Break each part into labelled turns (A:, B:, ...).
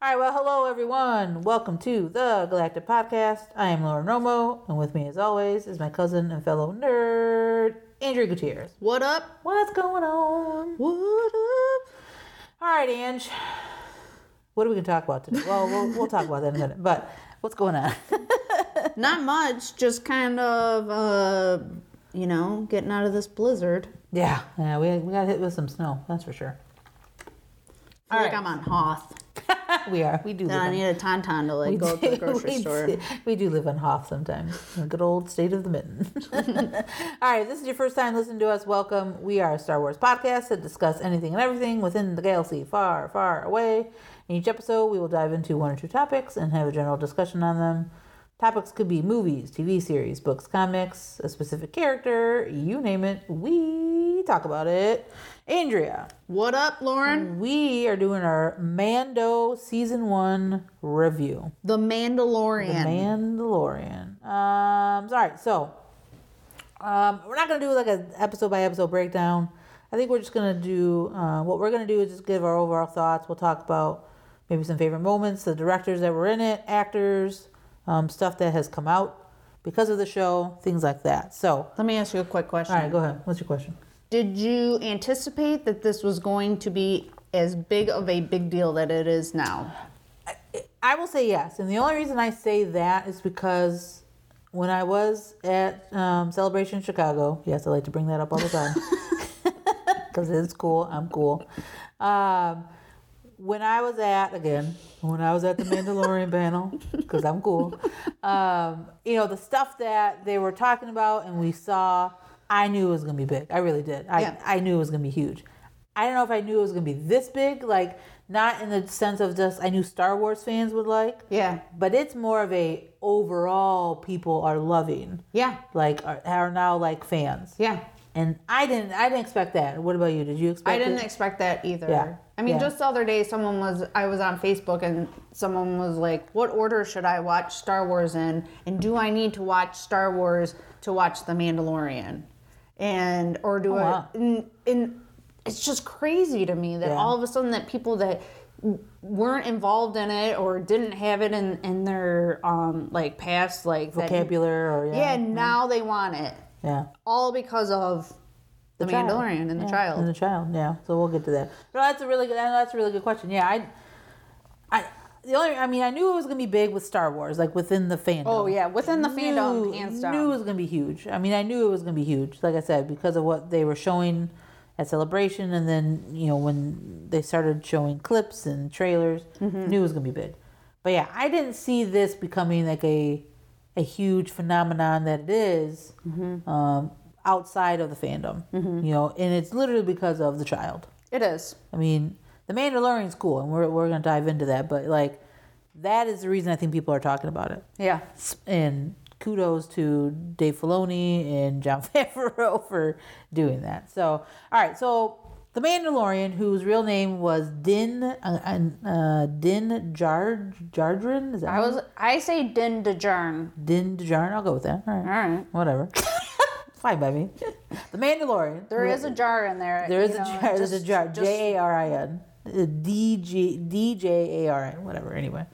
A: right, well, hello everyone. Welcome to the Galactic Podcast. I am Lauren Romo, and with me, as always, is my cousin and fellow nerd, Andrew Gutierrez.
B: What up?
A: What's going on?
B: What up?
A: All right, Ange. What are we gonna talk about today? Well, we'll, we'll talk about that in a minute. But what's going on?
B: Not much, just kind of, uh, you know, getting out of this blizzard.
A: yeah, yeah, we we got hit with some snow. That's for sure.
B: I feel
A: All
B: like
A: right.
B: I'm on Hoth.
A: we are. We do.
B: Then
A: live
B: I
A: on-
B: need a tauntaun to like
A: we
B: go to the
A: do-
B: grocery
A: we
B: store.
A: do- we do live on Hoth sometimes. The good old state of the mitten. All right, if this is your first time listening to us, welcome. We are a Star Wars podcast that discuss anything and everything within the galaxy far, far away. In each episode, we will dive into one or two topics and have a general discussion on them. Topics could be movies, TV series, books, comics, a specific character, you name it. We talk about it. Andrea,
B: What up, Lauren?
A: we are doing our Mando season one review.
B: The Mandalorian.
A: Mandalorian. Um, sorry. So, um, we're not gonna do like a episode by episode breakdown. I think we're just gonna do uh, what we're gonna do is just give our overall thoughts. We'll talk about maybe some favorite moments, the directors that were in it, actors, um, stuff that has come out because of the show, things like that. So,
B: Let me ask you a quick question.
A: all right, go ahead. What's your question?
B: Did you anticipate that this was going to be as big of a big deal that it is now?
A: I will say yes, and the only reason I say that is because when I was at um, Celebration Chicago, yes, I like to bring that up all the time because it's cool. I'm cool. Um, when I was at again, when I was at the Mandalorian panel, because I'm cool. Um, you know the stuff that they were talking about, and we saw. I knew it was gonna be big. I really did. I
B: Yeah.
A: I knew it was gonna be huge. I don't know if I knew it was gonna be this big. Like not in the sense of just I knew Star Wars fans would like.
B: Yeah.
A: But it's more of a overall people are loving.
B: Yeah.
A: Like are, are now like fans.
B: Yeah.
A: And I didn't I didn't expect that. What about you? Did you expect
B: I didn't
A: it?
B: expect that either.
A: Yeah.
B: I mean,
A: Yeah.
B: just the other day, someone was, I was on Facebook and someone was like, What order should I watch Star Wars in? And do I need to watch Star Wars to watch The Mandalorian? And, or do I,
A: Oh, wow.
B: and, and it's just crazy to me that
A: Yeah.
B: all of a sudden that people that w- weren't involved in it or didn't have it in, in their, um, like past, like, that-
A: vocabulary or
B: yeah,
A: yeah.
B: now they want it.
A: Yeah.
B: All because of The,
A: child.
B: Mandalorian and the
A: Yeah,
B: child.
A: And the child, yeah. So we'll get to that. No, that's a really good. That's a really good question. Yeah, I, I, the only. I mean, I knew it was gonna be big with Star Wars, like within the fandom.
B: Oh yeah, within the fandom,
A: knew,
B: hands down.
A: knew it was gonna be huge. I mean, I knew it was gonna be huge. Like I said, because of what they were showing at Celebration, and then you know when they started showing clips and trailers,
B: Mm-hmm.
A: knew it was gonna be big. But yeah, I didn't see this becoming like a a huge phenomenon that it is,
B: Mm-hmm.
A: um, outside of the fandom. You know, and it's literally because of the child.
B: It is.
A: I mean, The Mandalorian's cool, and we're we're gonna dive into that. But like, that is the reason I think people are talking about it
B: Yeah.
A: and kudos to Dave Filoni and John Favreau for doing that. So, all right, so the Mandalorian, whose real name was Din uh, uh, Din Jar Jardrin, is that
B: I was. I say Din Djarin.
A: Din Djarin? I'll go with that. All right,
B: All right.
A: whatever. Fine by me. The Mandalorian.
B: There is a jar in there.
A: There is
B: you
A: a
B: know,
A: jar.
B: just-
A: there's a jar.
B: just-
A: J A R I N. Uh, D G D J A R N. Whatever. Anyway,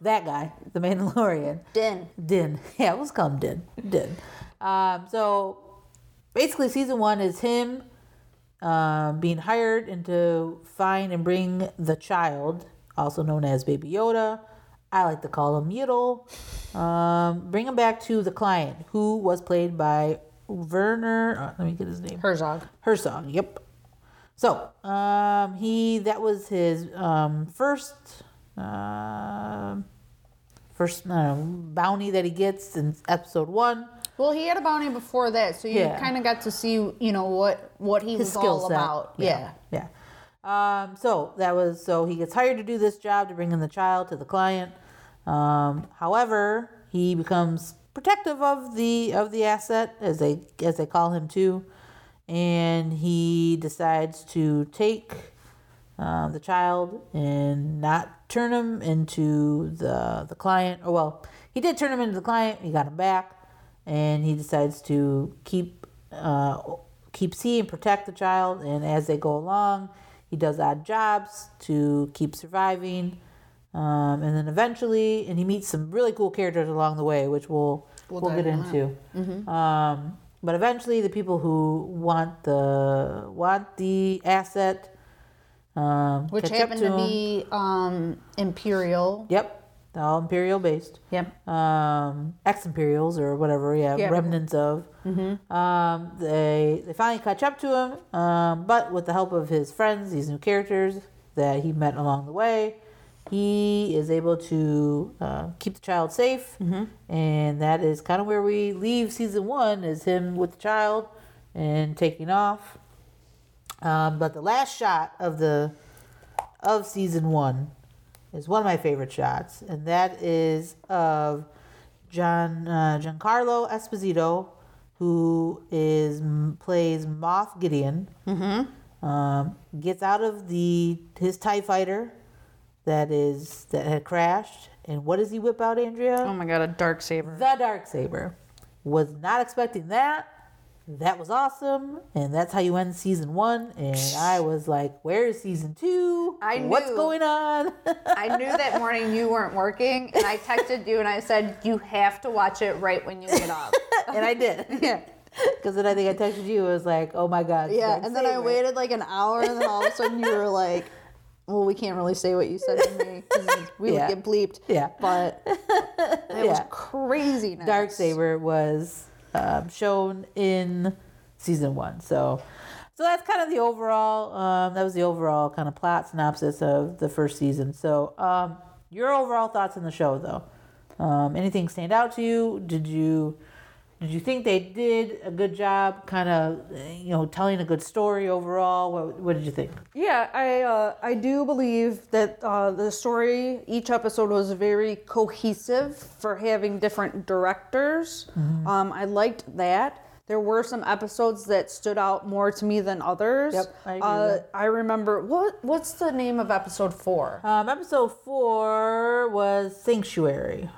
A: that guy, the Mandalorian.
B: Din.
A: Din. Yeah, let's call him Din. Din. Um, so basically, season one is him um, being hired and to find and bring the child, also known as Baby Yoda. I like to call him Yiddle. Um, bring him back to the client, who was played by Werner. uh, let me get his name.
B: Herzog.
A: Herzog. Yep. So um, he that was his um, first um first uh, bounty that he gets in episode one.
B: Well, he had a bounty before that, so you
A: Yeah.
B: kind of got to see, you know, what what he was all about. Yeah.
A: Yeah. Um, so that was so he gets hired to do this job to bring in the child to the client. Um, however, he becomes protective of the of the asset as they as they call him too, and he decides to take uh, the child and not turn him into the the client. Or well, he did turn him into the client. He got him back, and he decides to keep uh, keep see and protect the child. And as they go along, he does odd jobs to keep surviving. Um, and then eventually, and he meets some really cool characters along the way, which we'll we'll,
B: We'll
A: get
B: dive into
A: into. Um, but eventually, the people who want the want the asset, um,
B: Which
A: catch up
B: happened to,
A: him.
B: be um, Imperial.
A: yep, all imperial based
B: Yep.
A: um, ex Imperials or whatever, yeah,
B: Yeah. Mm-hmm.
A: remnants of. Um, they they finally catch up to him, um, but with the help of his friends, these new characters that he met along the way, he is able to uh, keep the child safe,
B: Mm-hmm.
A: and that is kind of where we leave season one: is him with the child and taking off. Um, but the last shot of the of season one is one of my favorite shots, and that is of John uh, Giancarlo Esposito, who is m- plays Moth Gideon. Mm-hmm. Um, gets out of the his Tie Fighter that is that had crashed, and what does he whip out, Andrea?
B: Oh my god, a dark saber.
A: The dark saber. Was not expecting that. That was awesome, and that's how you end season one. And I was like, "Where is season two?
B: I
A: What's
B: knew.
A: going on?"
B: I knew that morning you weren't working, and I texted you and I said you have to watch it right when you get up.
A: and I did.
B: yeah.
A: Because then I think I texted you. It was like, "Oh my god!"
B: Yeah,
A: Dark
B: and then I
A: Saber.
B: waited like an hour, and then all of a sudden you were like, "Well, we can't really say what you said to me 'cause we
A: Yeah.
B: would get bleeped."
A: Yeah.
B: but it was
A: Yeah.
B: crazy.
A: Dark Saber was um, shown in season one. So, so that's kind of the overall. Um, that was the overall kind of plot synopsis of the first season. So, um, your overall thoughts on the show, though. Um, anything stand out to you? Did you did you think they did a good job, kind of you know telling a good story overall? What, what did you think?
C: Yeah, I uh, I do believe that uh, the story each episode was very cohesive for having different directors.
B: Mm-hmm.
C: Um, I liked that. There were some episodes that stood out more to me than others.
A: Yep, I agree with
C: uh,
A: that.
C: I remember what what's the name of episode four?
A: Um, episode four was Sanctuary.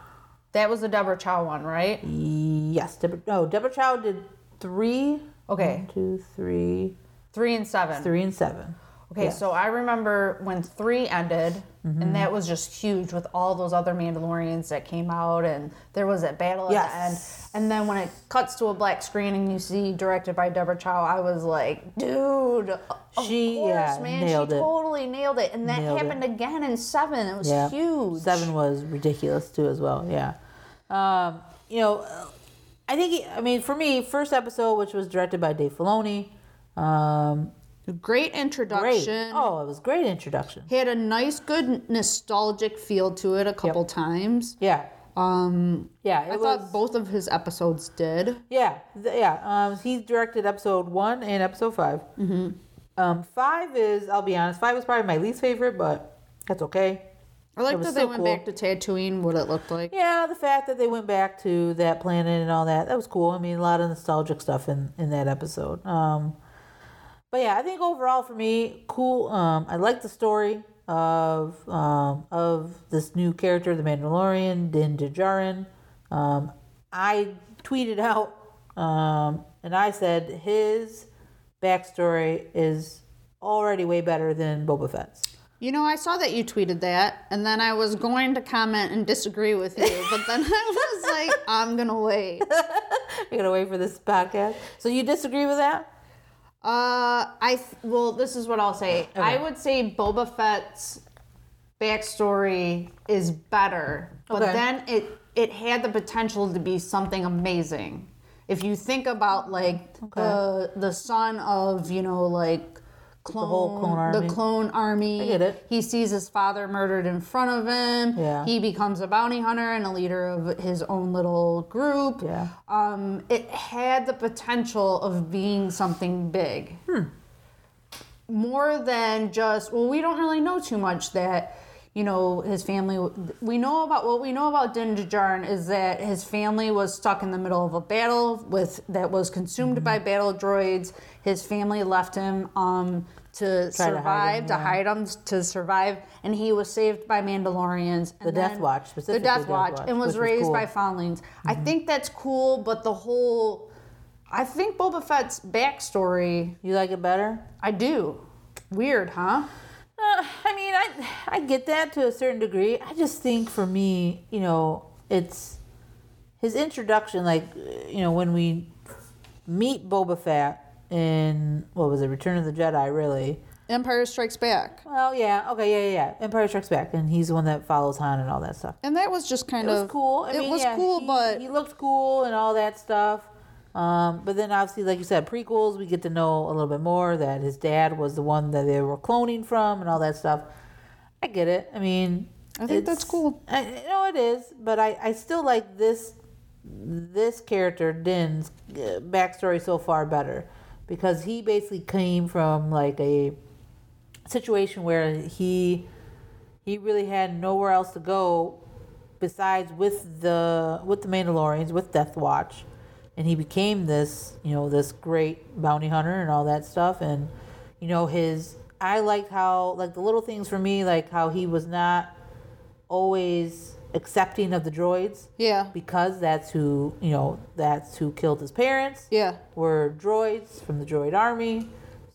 C: That was the Deborah Chow one, right?
B: Mm-hmm.
A: Yes, Deborah, no, Deborah Chow did three.
C: Okay.
A: One, two, three,
C: Three and seven.
A: three, and seven.
C: Okay, so I remember when three ended,
A: Mm-hmm.
C: and that was just huge with all those other Mandalorians that came out, and there was that battle at
A: Yes.
C: the end. And then when it cuts to a black screen and you see directed by Deborah Chow, I was like, dude, of
A: She,
C: course,
A: yeah,
C: man,
A: nailed
C: she
A: it.
C: totally nailed it. And that
A: Nailed it.
C: happened again in seven. It was
A: Yeah.
C: huge.
A: Seven was ridiculous too, as well. Yeah. Um, you know, I think, he- I mean, for me, first episode, which was directed by Dave Filoni, um,
B: Great
A: great.
B: introduction.
A: Oh, it was great introduction.
B: Had a nice, good nostalgic feel to it a couple times.
A: Yeah.
B: Um,
A: Yeah. It
B: I
A: was,
B: thought both of his episodes did.
A: Yeah, th- yeah. Um, he directed episode one and episode 5 Mm-hmm. Um, five is, I'll be honest, five was probably my least favorite, but that's okay.
B: I like
A: It was
B: that they
A: so
B: went
A: cool.
B: back to Tatooine. What it looked like.
A: Yeah, the fact that they went back to that planet and all that, that was cool. I mean, a lot of nostalgic stuff in, in that episode. Um, but yeah, I think overall for me, cool. Um, I like the story of um, of this new character, the Mandalorian, Din Djarin. Um, I tweeted out um, and I said his backstory is already way better than Boba Fett's.
B: You know, I saw that you tweeted that, and then I was going to comment and disagree with you, but then I was like, I'm gonna wait.
A: I gotta wait for this podcast. So you disagree with that?
B: Uh, I th- well, this is what I'll say. I would say Boba Fett's backstory is better, but
A: Okay.
B: then it it had the potential to be something amazing. If you think about like the the son of you know like clone the,
A: whole clone army.
B: clone army.
A: I get it.
B: He sees his father murdered in front of him.
A: Yeah.
B: He becomes a bounty hunter and a leader of his own little group
A: Yeah.
B: um, it had the potential of being something big.
A: Hmm.
B: More than just, well, we don't really know too much that, you know, his family, we know about, what we know about Din Djarin is that his family was stuck in the middle of a battle with, that was consumed
A: Mm-hmm.
B: by battle droids. His family left him, um, to
A: Try to hide
B: survive,
A: him,
B: to
A: yeah.
B: hide him, to survive, and he was saved by Mandalorians. and
A: The Death
B: then-
A: Watch, specifically
B: The Death,
A: Death
B: Watch,
A: Watch,
B: and
A: which
B: was
A: was
B: raised
A: cool. Mm-hmm.
B: by Foundlings. I think that's cool, but the whole, I think Boba Fett's backstory,
A: You like it better?
B: I do. Weird, huh?
A: Uh, I mean, I I get that to a certain degree. I just think for me, you know, it's his introduction. Like, uh, you know, when we meet Boba Fett in what was it, Return of the Jedi? Really?
C: Empire Strikes Back.
A: Well, yeah, okay, yeah, yeah, yeah. Empire Strikes Back, and he's the one that follows Han and all that stuff.
C: And that was just kind
A: It
C: of
A: was cool. I
C: it
A: mean,
C: was
A: yeah,
C: cool,
A: he-
C: but
A: he looked cool and all that stuff. Um, but then obviously, like you said, prequels, we get to know a little bit more that his dad was the one that they were cloning from and all that stuff. I get it. I mean,
C: I think that's
A: it's-
C: cool.
A: I, I know it is, but I, I still like this this character Din's uh, backstory so far better because he basically came from like a situation where he he really had nowhere else to go besides with the with the Mandalorians with Death Watch, and he became this you know this great bounty hunter and all that stuff. And you know his I liked how like the little things for me like how he was not always accepting of the droids
C: yeah,
A: because that's who you know that's who killed his parents
C: yeah.
A: were droids from the droid army.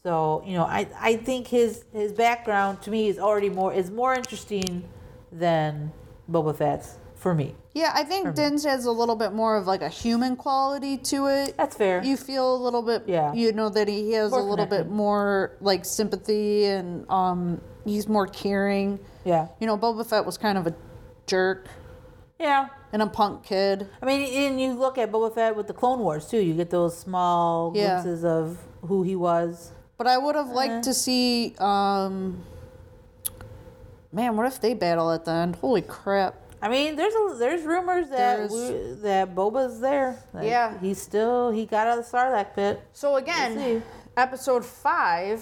A: So you know, I, I think his his background to me is already more is more interesting than Boba Fett's for me.
C: Yeah, I think Din's has a little bit more of like a human quality to it.
A: That's fair.
C: You feel a little bit,
A: Yeah.
C: you know, that he has
A: More
C: a little
A: connected.
C: bit more like sympathy and um, he's more caring.
A: yeah,
C: You know, Boba Fett was kind of a jerk
A: yeah.
C: and a punk kid.
A: I mean, and you look at Boba Fett with the Clone Wars too. You get those small
C: Yeah.
A: glimpses of who he was.
C: But I would have liked to see, um, man, what if they battle at the end? Holy crap.
A: I mean, there's a, there's rumors that
C: There's-
A: we, that Boba's there. Like,
B: Yeah.
A: he's still he got out of the Sarlacc pit.
B: So again, episode five,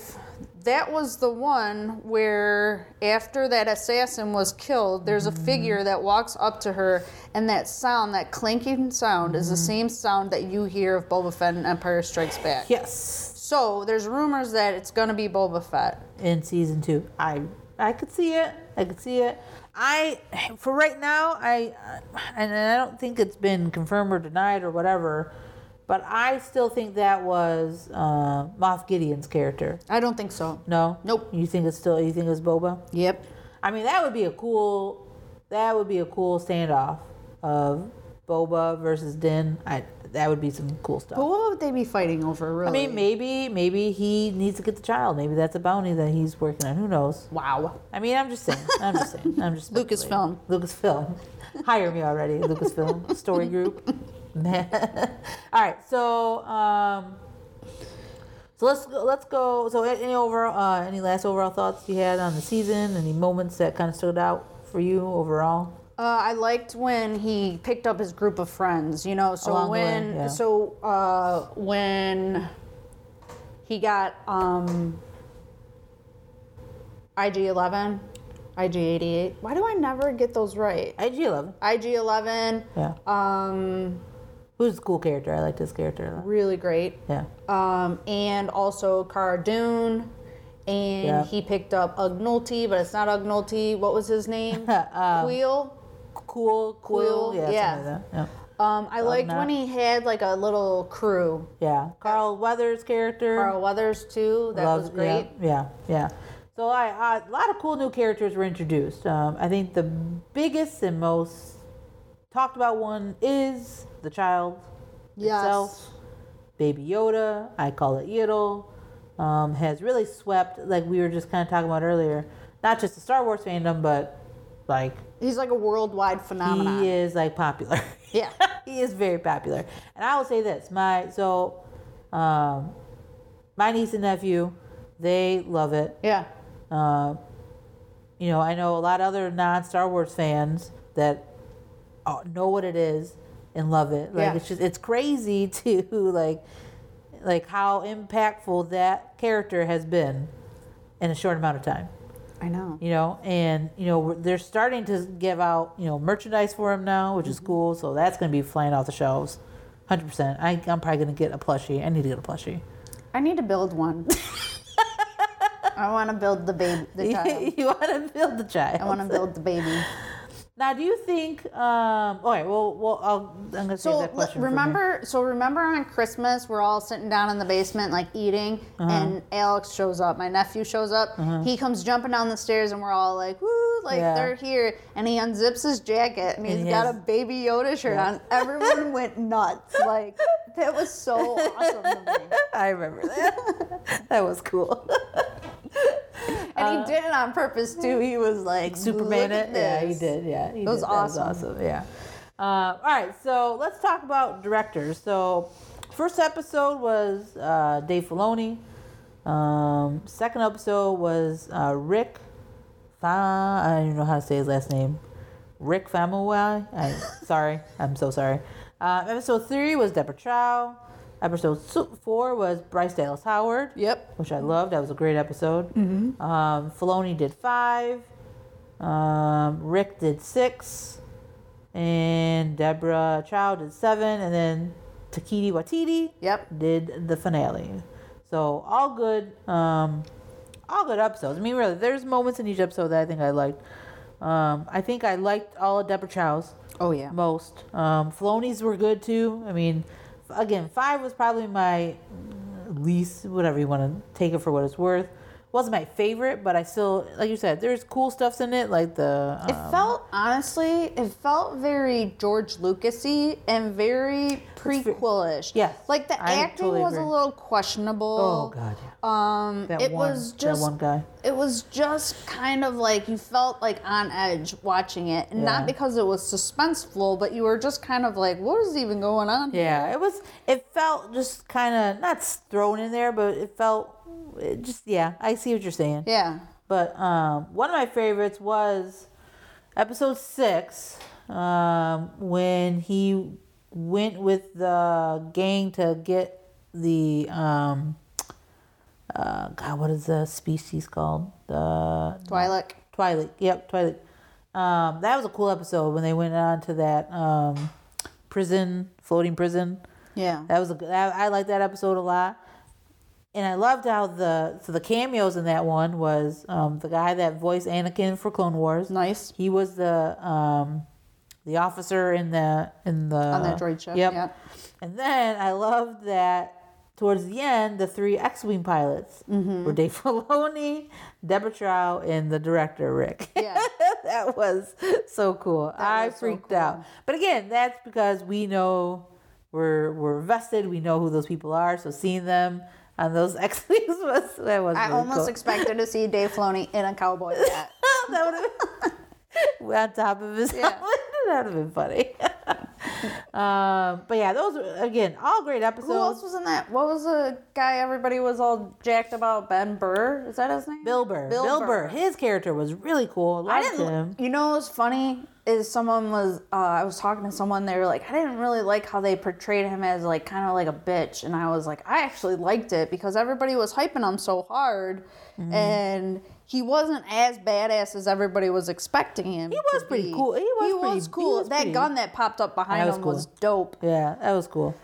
B: that was the one where after that assassin was killed, there's a figure that walks up to her, and that sound, that clanking sound, is the same sound that you hear of Boba Fett in Empire Strikes Back.
A: Yes,
B: So there's rumors that it's gonna be Boba Fett.
A: in season two. I I could see it. I could see it. I for right now I and I don't think it's been confirmed or denied or whatever, but I still think that was uh, Moff Gideon's character.
B: I don't think so.
A: No.
B: Nope.
A: You think it's still you think it's Boba?
B: Yep.
A: I mean that would be a cool that would be a cool standoff of Boba versus Din. I that would be some cool stuff.
B: But what would they be fighting over, really?
A: I mean, maybe, maybe he needs to get the child. Maybe that's a bounty that he's working on. Who knows?
B: wow.
A: I mean, I'm just saying. I'm just saying. I'm just speculating. Lucasfilm, hire me already. Lucasfilm Story Group. All right, so um, so let's go, let's go. So a- any overall, uh, any last overall thoughts you had on the season? Any moments that kind of stood out for you overall?
B: Uh, I liked when he picked up his group of friends. You know, so
A: Along the way,
B: Oh, when
A: yeah.
B: so uh, when he got um, IG eleven, IG eighty eight. Why do I never get those right?
A: IG Eleven.
B: IG eleven.
A: Yeah,
B: Um,
A: who's a cool character? I like this character. a lot.
B: really great.
A: Yeah,
B: Um, and also Cara Dune. And
A: Yeah.
B: he picked up Ugnulti, but it's not Ugnulti. What was his name?
A: Uh, um,
B: Queel.
A: cool, cool.
B: Quill,
A: Yeah,
B: yeah.
A: something like that.
B: Um, I liked when he had like a little crew.
A: yeah, yeah. Carl Weathers character.
B: Carl Weathers too. That was
A: Love-
B: great.
A: Yeah, yeah. yeah. So I, I, a lot of cool new characters were introduced. Um, I think the biggest and most talked about one is the child
C: Yes.
A: itself. Baby Yoda, I call it Yiddle, um, has really swept, like we were just kind of talking about earlier, not just the Star Wars fandom, but like
B: He's like a worldwide phenomenon.
A: he is like popular.
B: Yeah.
A: he is very popular. And I will say this, my so um, my niece and nephew, they love it.
B: Yeah.
A: Uh, you know, I know a lot of other non Star Wars fans that uh, know what it is and love it. Like
B: Yeah.
A: it's just it's crazy to like like how impactful that character has been in a short amount of time
B: I know.
A: you know and you know we're- they're starting to give out you know merchandise for him now which
B: Mm-hmm.
A: is cool so that's going to be flying off the shelves 100% I, i'm probably going to get a plushie i need to get a plushie
B: I need to build one. I want to build the baby, the child.
A: you want to build the child
B: I want to build the baby.
A: Now, do you think? Um, all right. Well, well, I'll, I'm going to save
B: So
A: that
B: l-
A: question. for me.
B: remember, so remember on Christmas, we're all sitting down in the basement, like eating,
A: Uh-huh.
B: and Alex shows up. My nephew shows up. He comes jumping down the stairs, and we're all like, "Woo!" Like
A: Yeah.
B: they're here. And he unzips his jacket, and he's
A: he
B: got
A: has-
B: a baby Yoda shirt on. Everyone went nuts. Like that was so awesome. To me.
A: I remember that. that was cool.
B: And he did it on purpose too. He was like
A: Uh-huh. Superman
B: "Look at
A: it. Yeah, he
B: this."
A: did. Yeah, he
B: It was
A: did. That was
B: awesome.
A: awesome. Yeah. Uh, all right, so let's talk about directors. So, first episode was uh, Dave Filoni. Um, second episode was uh, Rick. Fa- I don't know how to say his last name. Rick Famuyiwa. I sorry. I'm so sorry. Uh, episode three was Deborah Chow. Episode su- four was Bryce Dallas Howard
C: Yep.
A: which I loved. That was a great episode. Um, Filoni did five. Um, Rick did six. And Deborah Chow did seven. And then Takiti Watiti
B: Yep.
A: did the finale. So all good, um, all good episodes. I mean, really, there's moments in each episode that I think I liked. Um, I think I liked all of Deborah Chow's
B: Oh yeah.
A: most. Um, Filoni's were good too. I mean, f- again, five was probably my least, whatever you want to take it for what it's worth. Wasn't my favorite, but I still, like you said, there's cool stuffs in it, like the.
B: It
A: uh,
B: felt honestly, it felt very George Lucasy and very prequelish.
A: yes,
B: like the
A: I
B: acting
A: totally
B: was a
A: agree.
B: little
A: oh
B: questionable.
A: God, yeah.
B: Um,
A: that
B: it
A: one,
B: was just
A: that one guy.
B: it was just kind of like you felt like on edge watching it, and
A: Yeah.
B: not because it was suspenseful, but you were just kind of like, what is even going on? here?
A: Yeah, it was. It felt just kind of not s- thrown in there, but it felt it just yeah. I see what you're saying.
B: Yeah.
A: But um, one of my favorites was episode six um, when he went with the gang to get the um, uh, God, what is the species called? The
B: Twilight.
A: Twilight. Yep, Twilight. Um, that was a cool episode when they went on to that um, prison, floating prison.
B: Yeah.
A: That was a good. I, I liked that episode a lot, and I loved how the so the cameos in that one was um, the guy that voiced Anakin for Clone Wars.
B: Nice.
A: He was the um, the officer in the in the
B: On that droid ship, yeah.
A: And then I loved that towards the end, the three X-wing pilots
B: Mm-hmm.
A: were Dave Filoni, Deborah Chow, and the director Rick.
B: Yeah.
A: that was so cool. I
B: was so
A: freaked
B: cool.
A: out. But again, that's because we know we're we're vested. We know who those people are. So seeing them on those X wings was that was.
B: I
A: really
B: almost
A: cool.
B: expected to see Dave Filoni in a cowboy hat.
A: that would have been on top of his
B: Yeah.
A: helmet. That would have been funny. um, but yeah, those were, again all great episodes.
B: Who else was in that?
C: What was the guy everybody was all jacked about? Ben Burr? Is that his name?
A: Bill Burr. Bill,
B: Bill
A: Burr.
B: Burr.
A: His character was really cool.
B: I
A: Loved him.
B: didn't.
C: You know what's funny is someone was uh, I was talking to someone they were like I didn't really like how they portrayed him as like kind of like a bitch and I was like I actually liked it because everybody was hyping him so hard
A: Mm-hmm.
C: and he wasn't as badass as everybody was expecting him. He
A: was pretty cool. He was pretty- he
C: cool.
A: was
C: that
A: pretty-
C: gun that popped up behind
A: That was
C: him
A: cool.
C: was dope.
A: Yeah, that was cool.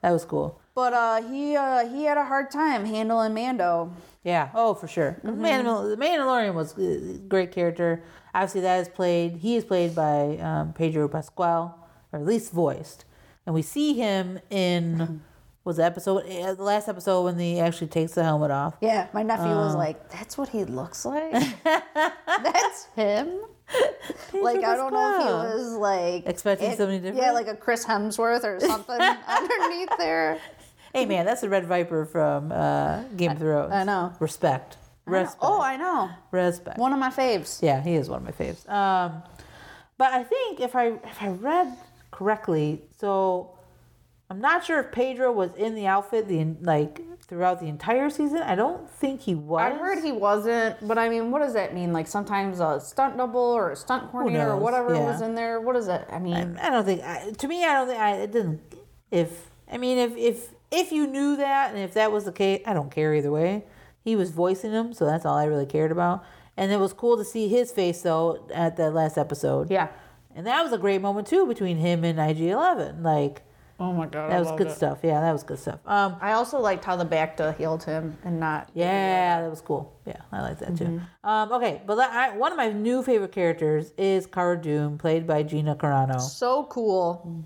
A: That was cool.
C: But uh, he uh, he had a hard time handling Mando.
A: Yeah. Oh, for sure.
B: Mm-hmm.
A: Mandal- the Mandalorian was a great character. Obviously, that is played. He is played by um, Pedro Pascal, or at least voiced, and we see him
B: Mm-hmm.
A: in was the episode eh, the last episode when he actually takes the helmet off.
B: Yeah, my nephew was like, "That's what he looks like. That's him." like I don't know if he
A: Pascal.
B: was like
A: Expecting something
B: Yeah,
A: different?
B: like a Chris Hemsworth or something underneath there.
A: Hey, man, that's the Red Viper from uh, Game of Thrones.
B: I know.
A: Respect. Respect.
C: Oh, I know.
A: Respect.
B: One of my faves.
A: Yeah, he is one of my faves. Um, but I think if I if I read correctly, so I'm not sure if Pedro was in the outfit the en- like throughout the entire season. I don't think he was.
B: I heard he wasn't, but I mean, what does that mean? Like sometimes a stunt double or a stunt coordinator or
A: knows?
B: whatever
A: Yeah.
B: was in there. What is that? I mean,
A: I don't think. I, to me, I don't think I it didn't. If I mean, if if if you knew that and if that was the case, I don't care either way. He was voicing him, so that's all I really cared about. And it was cool to see his face though at that last episode.
B: Yeah.
A: and that was a great moment too between him and IG Eleven. Like
D: Oh my god, I
A: That was
D: loved
A: good
D: it.
A: stuff. Yeah, that was good stuff. Um,
B: I also liked how the Bacta healed him and not.
A: Yeah, that was cool. Yeah, I like that
D: Mm-hmm.
A: too. Um, okay, but that, I, one of my new favorite characters is Cara Doom, played by Gina Carano.
B: So cool.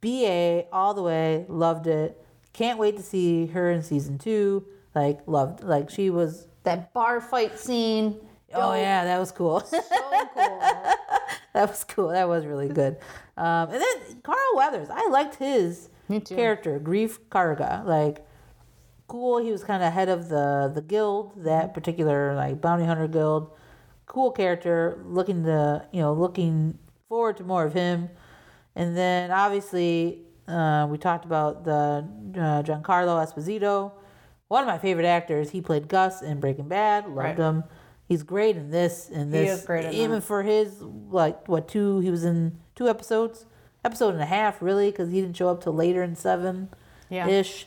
A: BA all the way, loved it. Can't wait to see her in season two. Like loved, like she was.
B: That bar fight scene.
A: Oh yeah, that was cool.
B: So cool.
A: that was cool. That was really good. Um, and then Carl Weathers, I liked his character, Grief Karga. Like, cool. He was kind of head of the the guild, that particular like bounty hunter guild. Cool character. Looking to you know looking forward to more of him. And then obviously uh, we talked about the uh, Giancarlo Esposito, one of my favorite actors. He played Gus in Breaking Bad. Loved him. He's great in this. In this,
B: is great in
A: even for his like what two? He was in two episodes, episode and a half really, because he didn't show up till later in seven,
B: Yeah.
A: ish.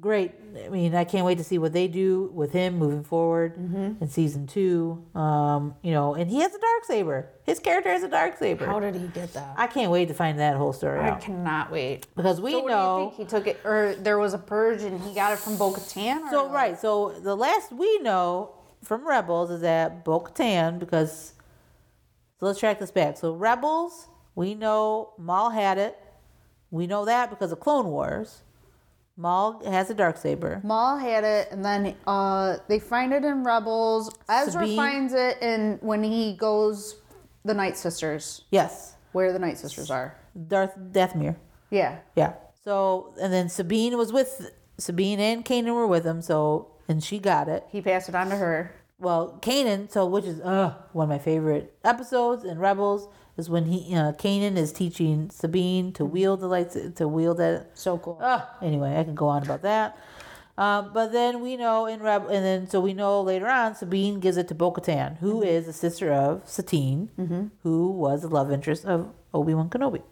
A: Great. I mean, I can't wait to see what they do with him moving forward
B: Mm-hmm.
A: in season two. Um, you know, and he has a dark saber. His character has a dark saber.
B: How did he get that?
A: I can't wait to find that whole story
B: I
A: out
B: cannot wait.
A: because we
B: So what do you
A: know.
B: think he took it, or there was a purge and he got it from Bo-Katan? or-
A: So right, so the last we know from Rebels is that Bo-Katan because. So let's track this back. So Rebels, we know Maul had it. We know that because of Clone Wars. Maul has a dark saber.
B: Maul had it, and then uh, they find it in Rebels. Ezra
A: Sabine.
B: finds it, and when he goes, the Night Sisters,
A: Yes,
B: where the Night Sisters are.
A: Darth Deathmere.
B: Yeah,
A: Yeah. So and then Sabine was with Sabine and Kanan were with him. So and she got it.
B: he passed it on to her.
A: well, Kanan, so which is uh, one of my favorite episodes in Rebels is when he uh, Kanan is teaching Sabine to wield the lights to wield that.
B: So cool.
A: Uh, anyway, I can go on about that. Um, but then we know in Reb, and then so we know later on, Sabine gives it to Bo-Katan, who is the sister of Satine, who was the love interest of Obi Wan Kenobi.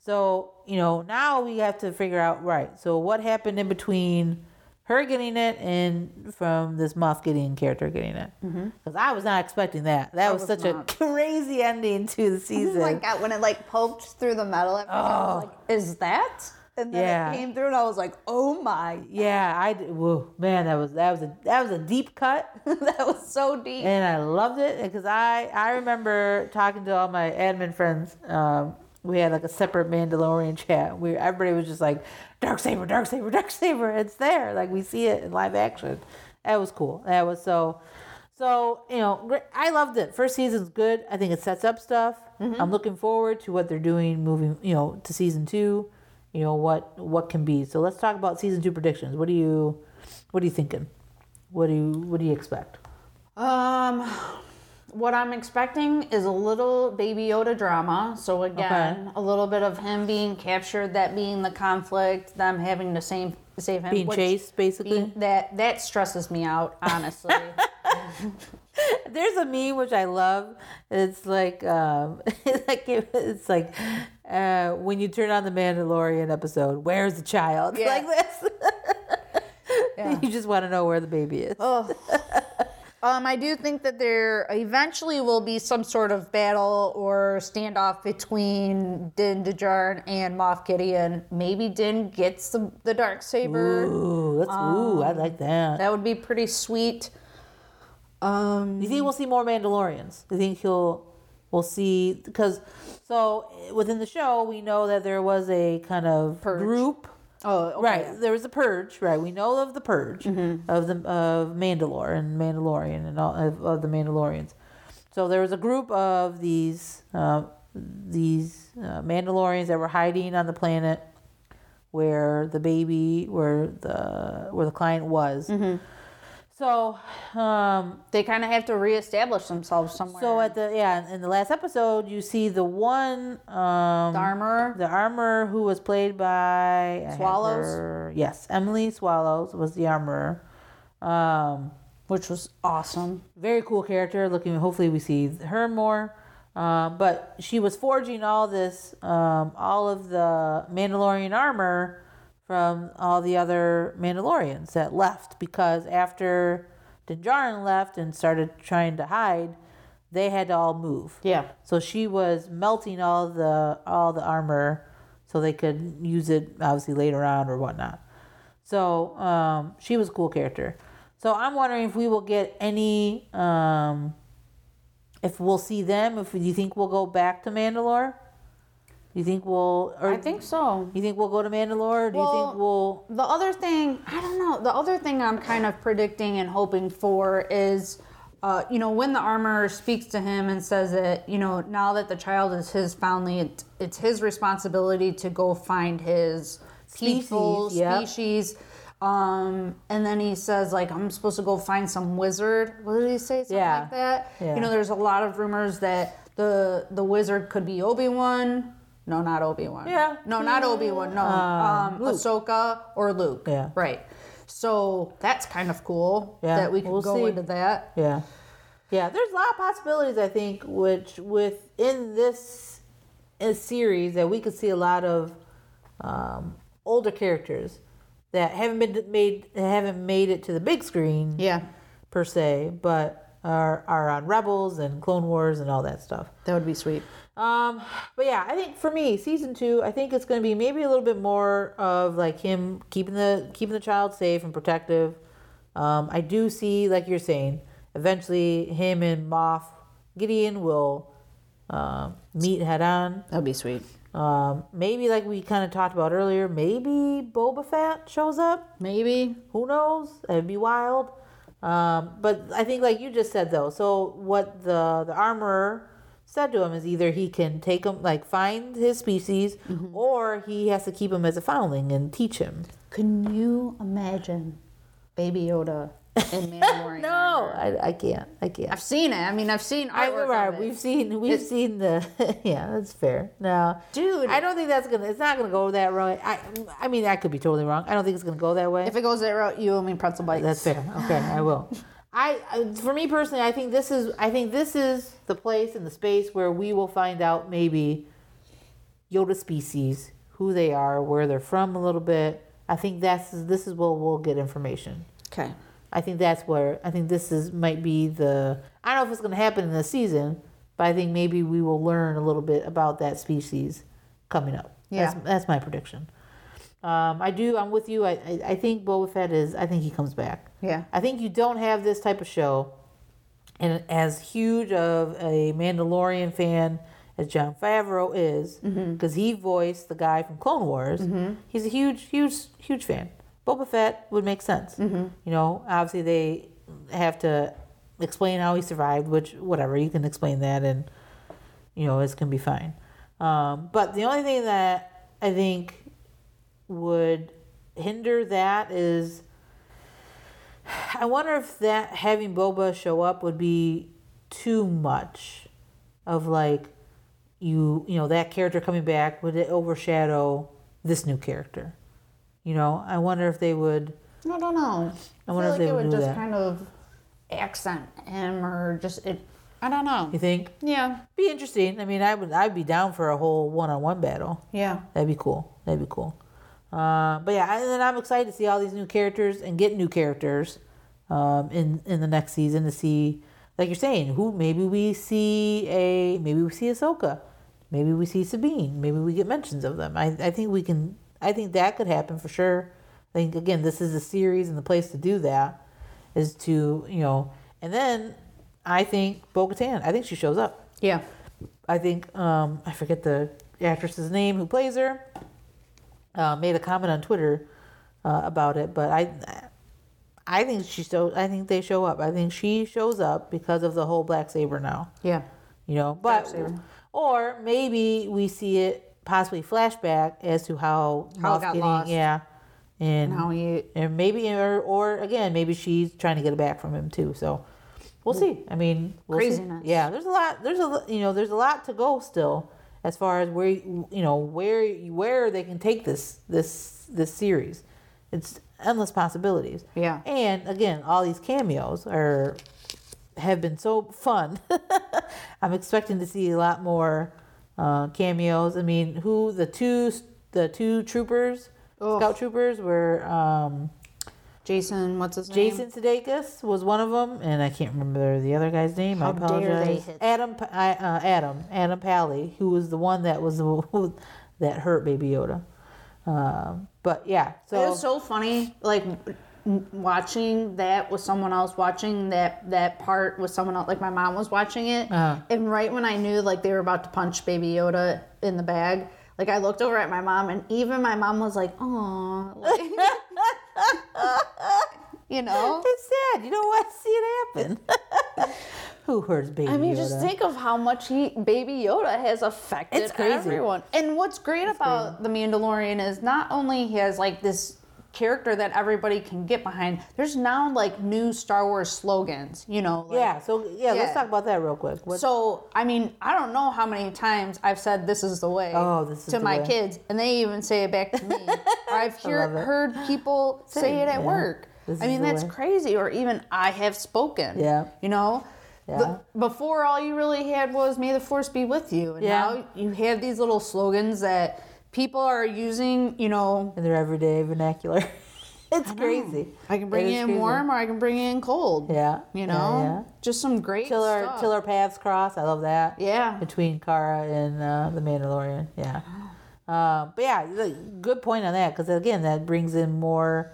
A: So you know now we have to figure out right. So what happened in between her getting it and from this Moff Gideon character getting it? Because I was not expecting that. That was, such a crazy ending to the
B: Oh
A: season.
B: my god, when it like poked through the metal, at first, I was like, is that? And then
A: Yeah.
B: it came through, and I was like, oh my,
A: yeah, I d- whoa, man, that was that was a that was a deep cut.
B: that was so deep.
A: and I loved it because I I remember talking to all my admin friends. Um, we had like a separate Mandalorian chat. We everybody was just like, dark saber, dark saber, dark saber. It's there. Like we see it in live action. That was cool. That was so. So you know, gr- I loved it. First season's good. I think it sets up stuff. I'm looking forward to what they're doing moving. You know, to season two. You know what what can be. So let's talk about season two predictions. What do you, what are you thinking? What do you what do you expect?
B: Um, what I'm expecting is a little Baby Yoda drama. So again, a little bit of him being captured, that being the conflict, them having to save save him.
A: Being
B: which-
A: chased, basically?
B: being- that that stresses me out, honestly.
A: There's a meme which I love. It's like, um, it's like it's like uh, when you turn on the Mandalorian episode, where's the child?
B: Yeah.
A: Like this. You just want to know where the baby is.
B: um, I do think that there eventually will be some sort of battle or standoff between Din Djarin and Moff Gideon. Maybe Din gets the the dark saber.
A: Ooh, that's ooh, I like that.
B: That would be pretty sweet. Um,
A: You think we'll see more Mandalorians? You think he'll we'll see because so eh, within the show we know that there was a kind of group.
B: Oh, okay,
A: right. There was a purge. Right. We know of the purge of the of Mandalore and Mandalorian and all of, of the Mandalorians. So there was a group of these uh, these uh, Mandalorians that were hiding on the planet where the baby where the where the client was. So um,
B: they kind of have to reestablish themselves somewhere.
A: so at the yeah, in the last episode, you see the one um,
B: the armor,
A: the armor who was played by I have
B: Swallows?
A: her- yes, Emily Swallows was the armorer. Um,
B: which was awesome.
A: very cool character. Looking, hopefully we see her more. Um, but she was forging all this, um, all of the Mandalorian armor from all the other Mandalorians that left because after Din Djarin left and started trying to hide, they had to all move.
B: Yeah.
A: So she was melting all the all the armor so they could use it obviously later on or whatnot. So um, she was a cool character. So I'm wondering if we will get any, um, if we'll see them. If you think we'll go back to Mandalore, you think we'll, or
B: I think so.
A: you think we'll go to Mandalore? Or do you
B: Well-
A: think we'll?
B: The other thing, I don't know. The other thing I'm kind of predicting and hoping for is, uh, you know, when the armorer speaks to him and says that, you know, now that the child is his family, it, it's his responsibility to go find his people,
A: Species, yep.
B: species. Um, and then he says, like, I'm supposed to go find some wizard. What did he say? Something
A: Yeah.
B: like that.
A: Yeah.
B: You know, there's a lot of rumors that the the wizard could be Obi Wan. No, not Obi Wan.
A: Yeah.
B: No, not Obi Wan. No. Um, Ahsoka or Luke.
A: Uh, Yeah.
B: Right. So that's kind of cool
A: Yeah,
B: that we can
A: we'll
B: go
A: see.
B: into that.
A: Yeah. Yeah, there's a lot of possibilities I think which within this uh, series that we could see a lot of um, older characters that haven't been made haven't made it to the big screen
B: Yeah.
A: per se, but are are on Rebels and Clone Wars and all that stuff.
B: That would be sweet.
A: Um, but yeah, I think for me, season two, I think it's going to be maybe a little bit more of like him keeping the keeping the child safe and protective. Um, I do see, like you're saying, eventually him and Moff Gideon will um meet head on.
B: That would be sweet.
A: Um, maybe like we kind of talked about earlier, maybe Boba Fett shows up.
B: Maybe.
A: Who knows? It'd be wild. Um, but I think, like you just said, though. So what the the armorer said to him is either he can take him, like find his species,
B: Mm-hmm.
A: or he has to keep him as a foundling and teach him.
B: Can you imagine Baby Yoda in Mandalorian?
A: No, I, I can't. I can't.
B: I've seen it. I mean, I've seen.
A: I
B: artwork
A: right.
B: of it.
A: We've seen. We've seen the. yeah, that's fair. No,
B: Dude.
A: I don't think that's gonna. It's not gonna go that way. I. I mean, I could be totally wrong. I don't think it's gonna go that way.
B: If it goes that route, you owe me pretzel bites.
A: That's fair. Okay, I will. I I- for me personally, I think this is I think this is the place and the space where we will find out maybe Yoda species, who they are, where they're from a little bit. I think that's this is where we'll get information.
B: Okay.
A: I think that's where I think this is might be the I don't know if it's going to happen in this season, but I think maybe we will learn a little bit about that species coming up.
B: Yeah.
A: that's, that's my prediction. Um, I do. I'm with you. I, I I think Boba Fett is. I think he comes back.
B: Yeah.
A: I think you don't have this type of show, and as huge of a Mandalorian fan as John Favreau is, because he voiced the guy from Clone Wars, he's a huge, huge, huge fan. Boba Fett would make sense. You know, obviously they have to explain how he survived, which whatever you can explain that, and you know it's gonna be fine. Um, but the only thing that I think would hinder that is I wonder if that having Boba show up would be too much of like you you know that character coming back would it overshadow this new character you know i wonder if they would
B: I don't know.
A: I wonder if
B: feel like
A: they
B: it
A: would
B: would
A: do
B: just
A: that.
B: kind of accent him or just it. I don't know.
A: you think
B: Yeah,
A: be interesting i mean i would i'd be down for a whole one-on-one battle
B: yeah.
A: That'd be cool. That'd be cool. Uh, but yeah, and then I'm excited to see all these new characters and get new characters um, in in the next season to see, like you're saying, who maybe we see a maybe we see Ahsoka, maybe we see Sabine, maybe we get mentions of them. I I think we can. I think that could happen for sure. I think again, this is a series and the place to do that is to you know, and then I think Bo-Katan. I think she shows up.
B: Yeah.
A: I think um, I forget the actress's name who plays her. Uh, made a comment on Twitter uh, about it, but I, I think she so I think they show up. I think she shows up because of the whole black saber now.
B: Yeah.
A: You know, but
B: Black saber.
A: or maybe we see it possibly flashback as to how
B: How it
A: Moff
B: got
A: Gideon-
B: lost.
A: yeah, and
B: Now he
A: and maybe or or again maybe she's trying to get it back from him too so we'll see i mean we'll see.
B: Craziness.
A: yeah there's a lot there's a lo- you know there's a lot to go still as far as where you know where where they can take this this this series it's endless possibilities
B: Yeah.
A: and again all these cameos are have been so fun i'm expecting to see a lot more uh, cameos i mean who the two the two troopers
B: Ugh.
A: scout troopers were um,
B: Jason. What's his name?
A: Jason Sudeikis was one of them, and I can't remember the other guy's name. I
B: How dare they
A: apologize.
B: hit-
A: Adam, Pa- I- uh, Adam, Adam Pally, who was the one that was the, that hurt Baby Yoda. Um, but yeah, so
B: It was so funny, like n- watching that with someone else, watching that that part with someone else. Like my mom was watching it, and right when I knew like they were about to punch Baby Yoda in the bag, like I looked over at my mom, and even my mom was like, "Oh," you know.
A: it's sad. You don't want to see it happen. Who hurts Baby
C: I mean,
A: Yoda?
C: just think of how much he, Baby Yoda has affected
A: It's crazy.
C: everyone.
B: And what's great about The Mandalorian is not only he has like this character that everybody can get behind, there's now like new Star Wars slogans, you know. Like,
A: yeah. So yeah, let's
B: Yeah.
A: talk about that real quick. What,
B: So I mean, I don't know how many times I've said this is the way
A: Oh, this is
B: to
A: the
B: my
A: way.
B: kids, and they even say it back to me. Or I've hear,
A: love it.
B: heard people say,
A: Say,
B: it at
A: yeah,
B: work.
A: this
B: I
A: is
B: mean,
A: the
B: that's
A: way.
B: crazy. Or even I have spoken.
A: Yeah.
B: You know.
A: Yeah.
B: The, before all you really had was "May the Force be with you," and
A: Yeah.
B: now you have these little slogans that people are using. You know,
A: in their everyday vernacular. it's crazy.
B: I can bring
A: It
B: you
A: is
B: in
A: crazy.
B: warm or I can bring you in cold.
A: Yeah.
B: You
A: Yeah,
B: know,
A: yeah.
B: just some great
A: Till our,
B: stuff.
A: till our paths cross. I love that.
B: Yeah.
A: Between Kara and uh, the Mandalorian. Yeah. Uh, but yeah, like, good point on that because again, that brings in more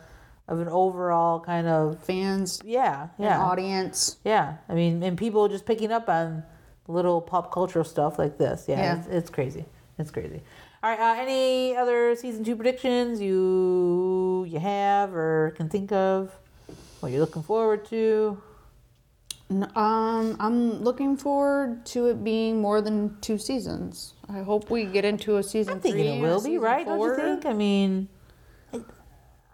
A: of an overall kind of
B: fans,
A: yeah,
B: and
A: yeah,
B: audience.
A: yeah. I mean, and people just picking up on little pop cultural stuff like this. Yeah,
B: Yeah.
A: It's, it's crazy. It's crazy. All right. Uh, any other season two predictions you you have or can think of? What you're looking forward to?
B: N- Um, I'm looking forward to it being more than two seasons. I hope we get into a season
A: I'm thinking
B: three.
A: it
B: or a
A: will be
B: season
A: right.
B: four.
A: Don't you think? I mean, I,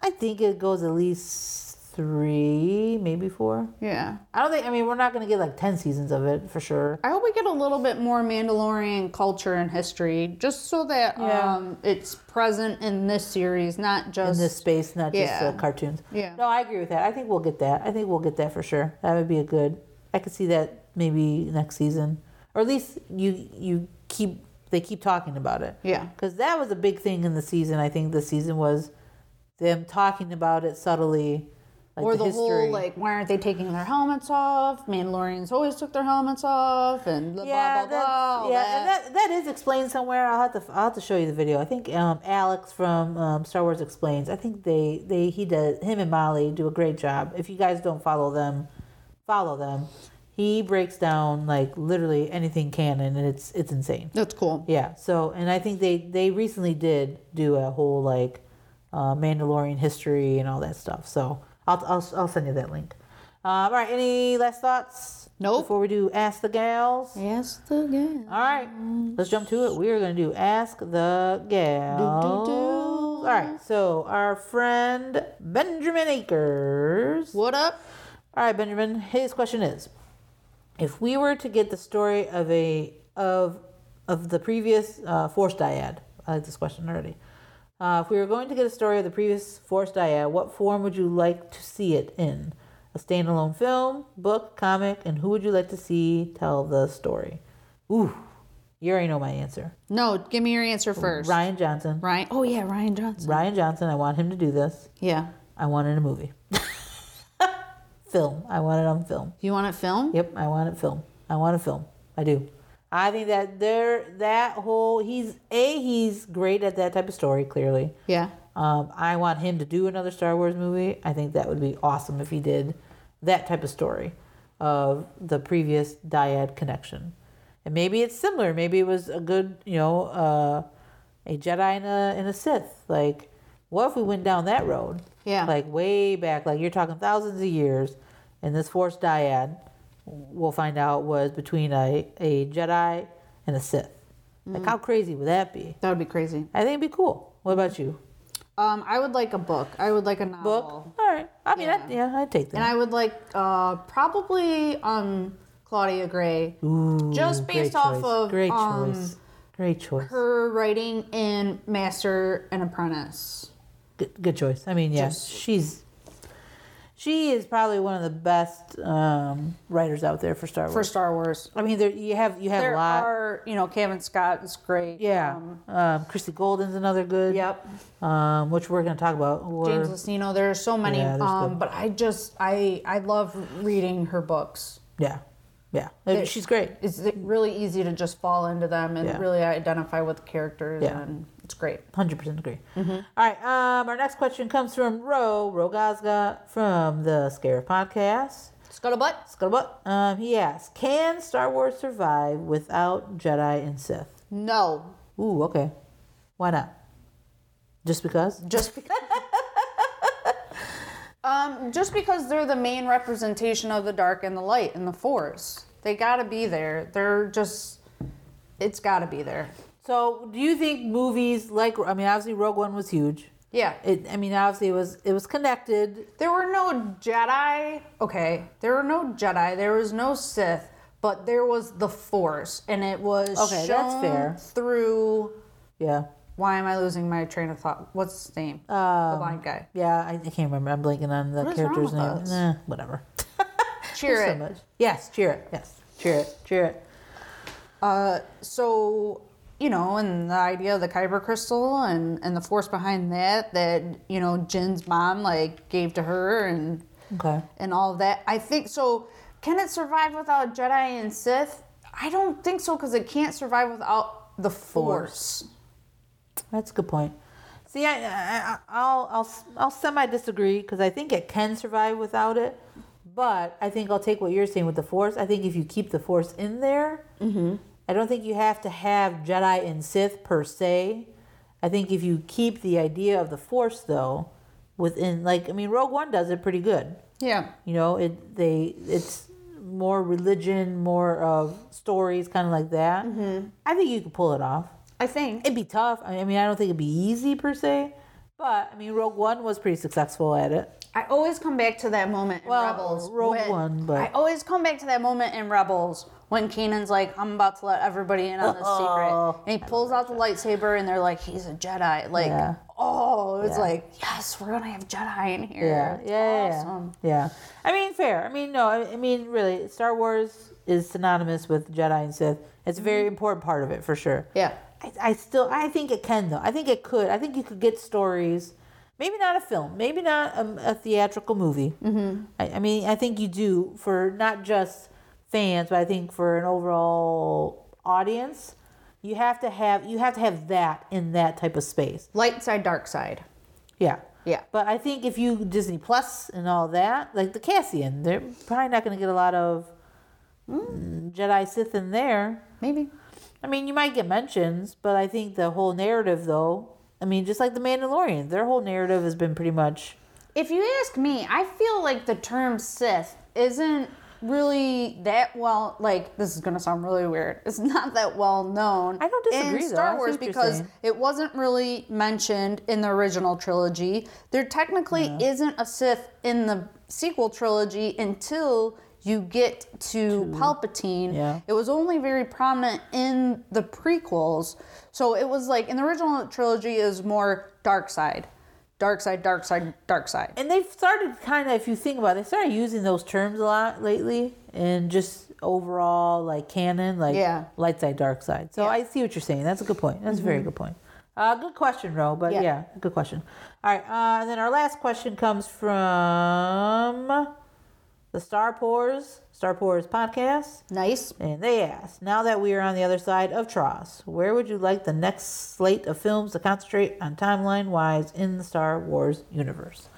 A: I think it goes at least three, maybe four.
B: Yeah.
A: I don't think. I mean, we're not going to get like ten seasons of it for sure.
B: I hope we get a little bit more Mandalorian culture and history, just so that
A: Yeah.
B: um, it's present in this series, not just
A: in this space, not just
B: yeah.
A: the cartoons.
B: Yeah.
A: No, I agree with that. I think we'll get that. I think we'll get that for sure. That would be a good. I could see that maybe next season, or at least you you keep they keep talking about it.
B: Yeah.
A: Because that was a big thing in the season. I think the season was them talking about it subtly, like
B: or
A: the,
B: the, whole
A: history.
B: like, why aren't they taking their helmets off? Mandalorians always took their helmets off, and blah
A: yeah,
B: blah
A: that's-
B: blah. all
A: yeah,
B: that.
A: and that that is explained somewhere. I'll have to I'll have to show you the video. I think um, Alex from um, Star Wars explains. I think they they he does him and Molly do a great job. If you guys don't follow them, follow them. He breaks down like literally anything canon, and it's it's insane.
B: That's cool.
A: Yeah. So, and I think they they recently did do a whole like uh, Mandalorian history and all that stuff. So I'll I'll, I'll send you that link. Um, all right. Any last thoughts?
B: Nope.
A: Before we do, ask the gals.
B: Yes, the game.
A: All right, let's jump to it. We are going to do Ask the Gals. All right, so our friend Benjamin Akers.
B: What up?
A: All right, Benjamin, his question is if we were to get the story of a of of the previous uh, force dyad, I like this question already. Uh, if we were going to get a story of the previous force dyad, what form would you like to see it in? A standalone film, book, comic, and who would you like to see tell the story? Ooh, you already know my answer.
B: No, give me your answer first.
A: Ryan Johnson.
B: Ryan. Oh yeah, Ryan Johnson.
A: Ryan Johnson. I want him to do this.
B: Yeah.
A: I want it in a movie. film. I want it on film.
B: You want it filmed?
A: Yep, I want it film. I want a film. I do. I think that there that whole he's a he's great at that type of story. Clearly,
B: Yeah.
A: um, I want him to do another Star Wars movie. I think that would be awesome if he did that type of story of the previous dyad connection. And maybe it's similar. Maybe it was a good, you know, uh, a Jedi and a, and a Sith. Like, what if we went down that road?
B: Yeah.
A: Like, way back. Like, you're talking thousands of years. And this Force dyad, we'll find out, was between a, a Jedi and a Sith. Like, how crazy would that be?
B: That would be crazy.
A: I think it'd be cool. What about you?
B: Um, I would like a book. I would like a
A: book.
B: novel.
A: All right. I mean, I,
B: Yeah.
A: yeah, I'd take that.
B: And I would like uh, probably um, Claudia Gray,
A: Ooh,
B: just
A: great
B: based off
A: choice.
B: of
A: great
B: um,
A: choice, great choice,
B: her writing in Master and Apprentice.
A: good, good choice. I mean, yeah,
B: Just-
A: she's she is probably one of the best um, writers out there for Star
B: For
A: Wars.
B: Star Wars,
A: I mean, there you have you have
B: there
A: a lot.
B: are you know Kevin Scott is great.
A: yeah,
B: Um,
A: um, Christy Golden's another good.
B: yep.
A: Um, which we're gonna talk about. Or,
B: James Lucino. There are so many.
A: Yeah, there's
B: um,
A: good-
B: but I just I I love reading her books.
A: yeah, Yeah, Uh, she's great.
B: It's really easy to just fall into them and
A: Yeah.
B: really identify with the characters,
A: Yeah.
B: and it's great.
A: Hundred percent agree.
B: Mm-hmm.
A: All right. Um, our next question comes from Ro Rogazga from the Scare Podcast.
B: Scuttlebutt.
A: Scuttlebutt. Um, he asks, "Can Star Wars survive without Jedi and Sith?"
B: No,
A: Ooh, okay. Why not? Just because?
B: just because. um, just because they're the main representation of the dark and the light and the force, they gotta be there. They're just, it's gotta be there.
A: So, do you think movies like I mean, obviously Rogue One was huge.
B: Yeah.
A: It, I mean, obviously it was it was connected.
B: There were no Jedi. Okay, there were no Jedi. There was no Sith, but there was the Force, and it was
A: Okay, that's
B: shown
A: fair.
B: through.
A: Yeah,
B: Why am I losing my train of thought? What's his name?
A: Um,
B: the blind guy.
A: yeah. I, I can't remember. I'm blanking on the
B: What is wrong
A: character's
B: with
A: name.
B: us?
A: Nah, whatever.
B: Cheer
A: So
B: it.
A: much. Yes, cheer it. Yes, cheer it. Cheer it.
B: Uh, so you know, and the idea of the Kyber crystal and and the force behind that that you know Jin's mom like gave to her and
A: Okay.
B: and all of that. I think so. Can it survive without Jedi and Sith? I don't think so because it can't survive without the Force.
A: That's a good point. See, I, I, I'll, I'll, I'll semi disagree because I think it can survive without it. But I think I'll take what you're saying with the Force. I think if you keep the Force in there, I don't think you have to have Jedi and Sith per se. I think if you keep the idea of the Force though, within like I mean, Rogue One does it pretty good.
B: Yeah.
A: You know, it they it's more religion, more of stories, kind of like that. I think you could pull it off
B: I think.
A: it'd be tough. I mean, I don't think it'd be easy per se, but I mean, Rogue One was pretty successful at it.
B: I always come back to that moment in
A: Well,
B: Rebels.
A: Rogue
B: when-
A: One, but-
B: I always come back to that moment in Rebels when Kanan's like, I'm about to let everybody in on this
A: Oh.
B: secret. And he pulls out the lightsaber and they're like, he's a Jedi. Like,
A: Yeah.
B: oh, it's
A: Yeah.
B: like, yes, we're going to have Jedi in here.
A: Yeah,
B: It's
A: yeah, yeah,
B: awesome.
A: yeah. yeah. I mean, fair. I mean, no. I I mean, really, Star Wars is synonymous with Jedi and Sith. It's a
B: Mm-hmm.
A: very important part of it for sure.
B: Yeah.
A: I, I still, I think it can though. I think it could. I think you could get stories. Maybe not a film. Maybe not a, a theatrical movie. Mm-hmm. I, I mean, I think you do for not just fans, but I think for an overall audience, you have to have you have to have that in that type of space.
B: Light side, dark side.
A: Yeah.
B: Yeah.
A: But I think if you Disney Plus and all that, like the Cassian, they're probably not going to get a lot of mm, Jedi Sith in there.
B: Maybe.
A: I mean, you might get mentions, but I think the whole narrative, though, I mean, just like The Mandalorian, their whole narrative has been pretty much.
B: If you ask me, I feel like the term Sith isn't really that well like this is going to sound really weird. It's not that well known.
A: I don't disagree, though. I
B: in Star
A: see
B: Wars
A: what you're
B: because
A: saying.
B: it wasn't really mentioned in the original trilogy. There technically isn't a Sith in the sequel trilogy until you get to Palpatine.
A: Yeah.
B: It was only very prominent in the prequels. So it was like in the original trilogy is more dark side. Dark side, dark side, dark side.
A: And they've started kind of, if you think about it, they started using those terms a lot lately and just overall, like canon, like
B: Yeah.
A: light side, dark side. So
B: Yeah. Mm-hmm.
A: I see what you're saying. That's a good point. That's a very good point. Uh, good question, Ro, but
B: Yeah.
A: yeah. good question. All right. Uh, and then our last question comes from the Star Pours, Star Pours podcast.
B: Nice.
A: And they asked, now that we are on the other side of Tross, where would you like the next slate of films to concentrate on timeline wise in the Star Wars universe?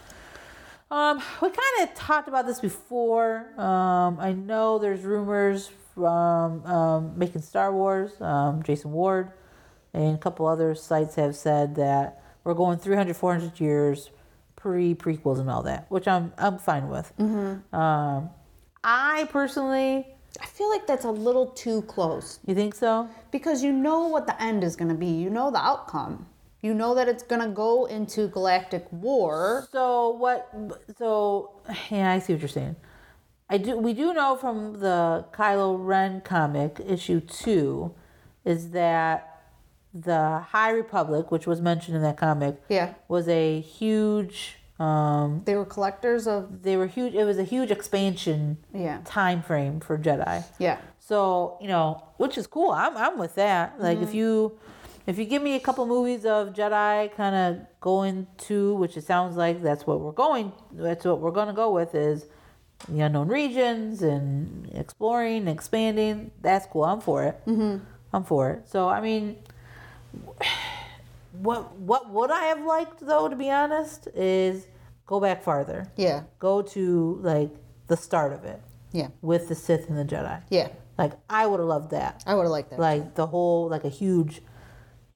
A: Um, we kind of talked about this before. Um, I know there's rumors from um, making Star Wars, um, Jason Ward, and a couple other sites have said that we're going 300, 400 years pre prequels and all that, which I'm I'm fine with. Um, I personally,
B: I feel like that's a little too close
A: you think so?
B: because you know what the end is going to be. You know the outcome. You know that it's going to go into galactic war.
A: So what? So yeah, I see what you're saying. I do. We do know from the Kylo Ren comic issue two, is that the High Republic, which was mentioned in that comic,
B: Yeah.
A: was a huge. Um,
B: They were collectors of
A: they were huge. It was a huge expansion
B: Yeah.
A: time frame for Jedi.
B: yeah.
A: So you know, which is cool. I'm I'm with that. Like if you if you give me a couple movies of Jedi kind of going to, which it sounds like that's what we're going. That's what we're gonna go with is the unknown regions and exploring, expanding. That's cool. I'm for it. Mm-hmm. I'm for it. So I mean, what what would I have liked though? To be honest, is go back farther.
B: Yeah.
A: Go to like the start of it
B: Yeah.
A: with the Sith and the Jedi.
B: Yeah.
A: Like I would have loved that.
B: I would have liked that.
A: Like the whole like a huge,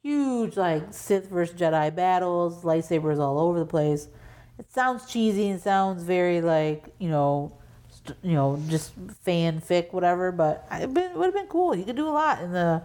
A: huge like Sith versus Jedi battles, lightsabers all over the place. It sounds cheesy and sounds very like you know, st- you know, just fanfic whatever. But I- it would have been cool. You could do a lot in the,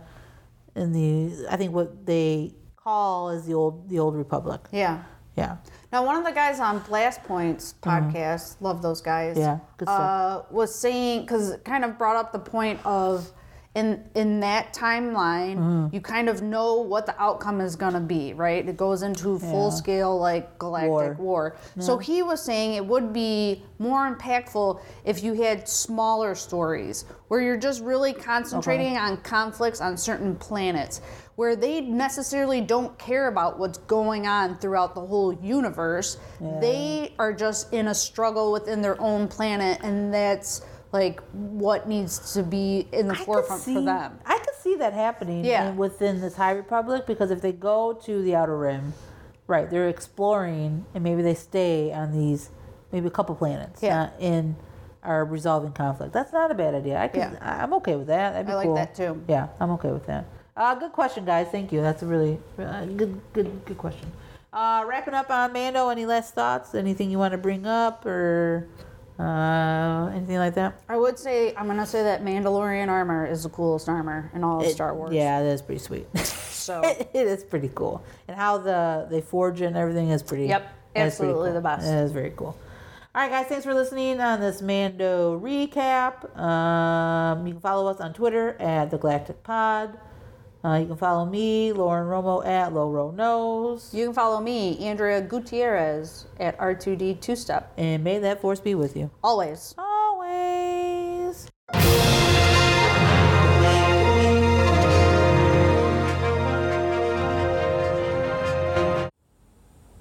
A: in the I think what they call is the old the old Republic.
B: yeah.
A: Yeah,
B: Now, one of the guys on Blast Points podcast, love those guys.
A: Yeah, good stuff.
B: Uh, was saying because kind of brought up the point of in in that timeline, you kind of know what the outcome is gonna be, right? It goes into full scale like galactic war. So he was saying it would be more impactful if you had smaller stories where you're just really concentrating on conflicts on certain planets where they necessarily don't care about what's going on throughout the whole universe. They are just in a struggle within their own planet, and that's like what needs to be in the
A: I could
B: forefront for
A: see-
B: them.
A: I could see that happening
B: Yeah.
A: in- within this High Republic because if they go to the Outer Rim, right, they're exploring and maybe they stay on these, maybe a couple planets,
B: Yeah.
A: not in our resolving conflict. That's not a bad idea. I could,
B: Yeah.
A: I- I'm okay with that. That'd be
B: I like
A: cool.
B: that too.
A: Yeah, I'm okay with that. Uh, good question, guys. Thank you. That's a really uh, good, good, good question. Uh, wrapping up on Mando. Any last thoughts? Anything you want to bring up or uh, anything like that?
B: I would say I'm gonna say that Mandalorian armor is the coolest armor in all of Star Wars.
A: Yeah, that is pretty sweet.
B: So
A: it is pretty cool, and how the they forge and everything is pretty.
B: Yep,
A: that is pretty
B: absolutely
A: cool.
B: the best.
A: That is very cool. All right, guys, thanks for listening on this Mando recap. Um, you can follow us on Twitter at the Galactic Pod. Uh, you can follow me, Lauren Romo, at Lowro Knows.
B: you can follow me, Andrea Gutierrez, at R2D Two Step.
A: And may that force be with you
B: Always.
A: always.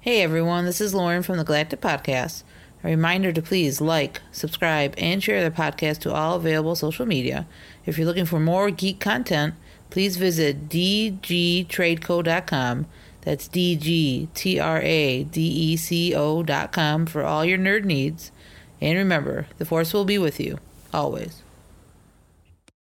A: Hey everyone, this is Lauren from the Galactic Podcast. A reminder to please like, subscribe, and share the podcast to all available social media. If you're looking for more geek content, please visit dgtradeco.com. That's E dgtradeco.com for all your nerd needs. And remember, the Force will be with you, always.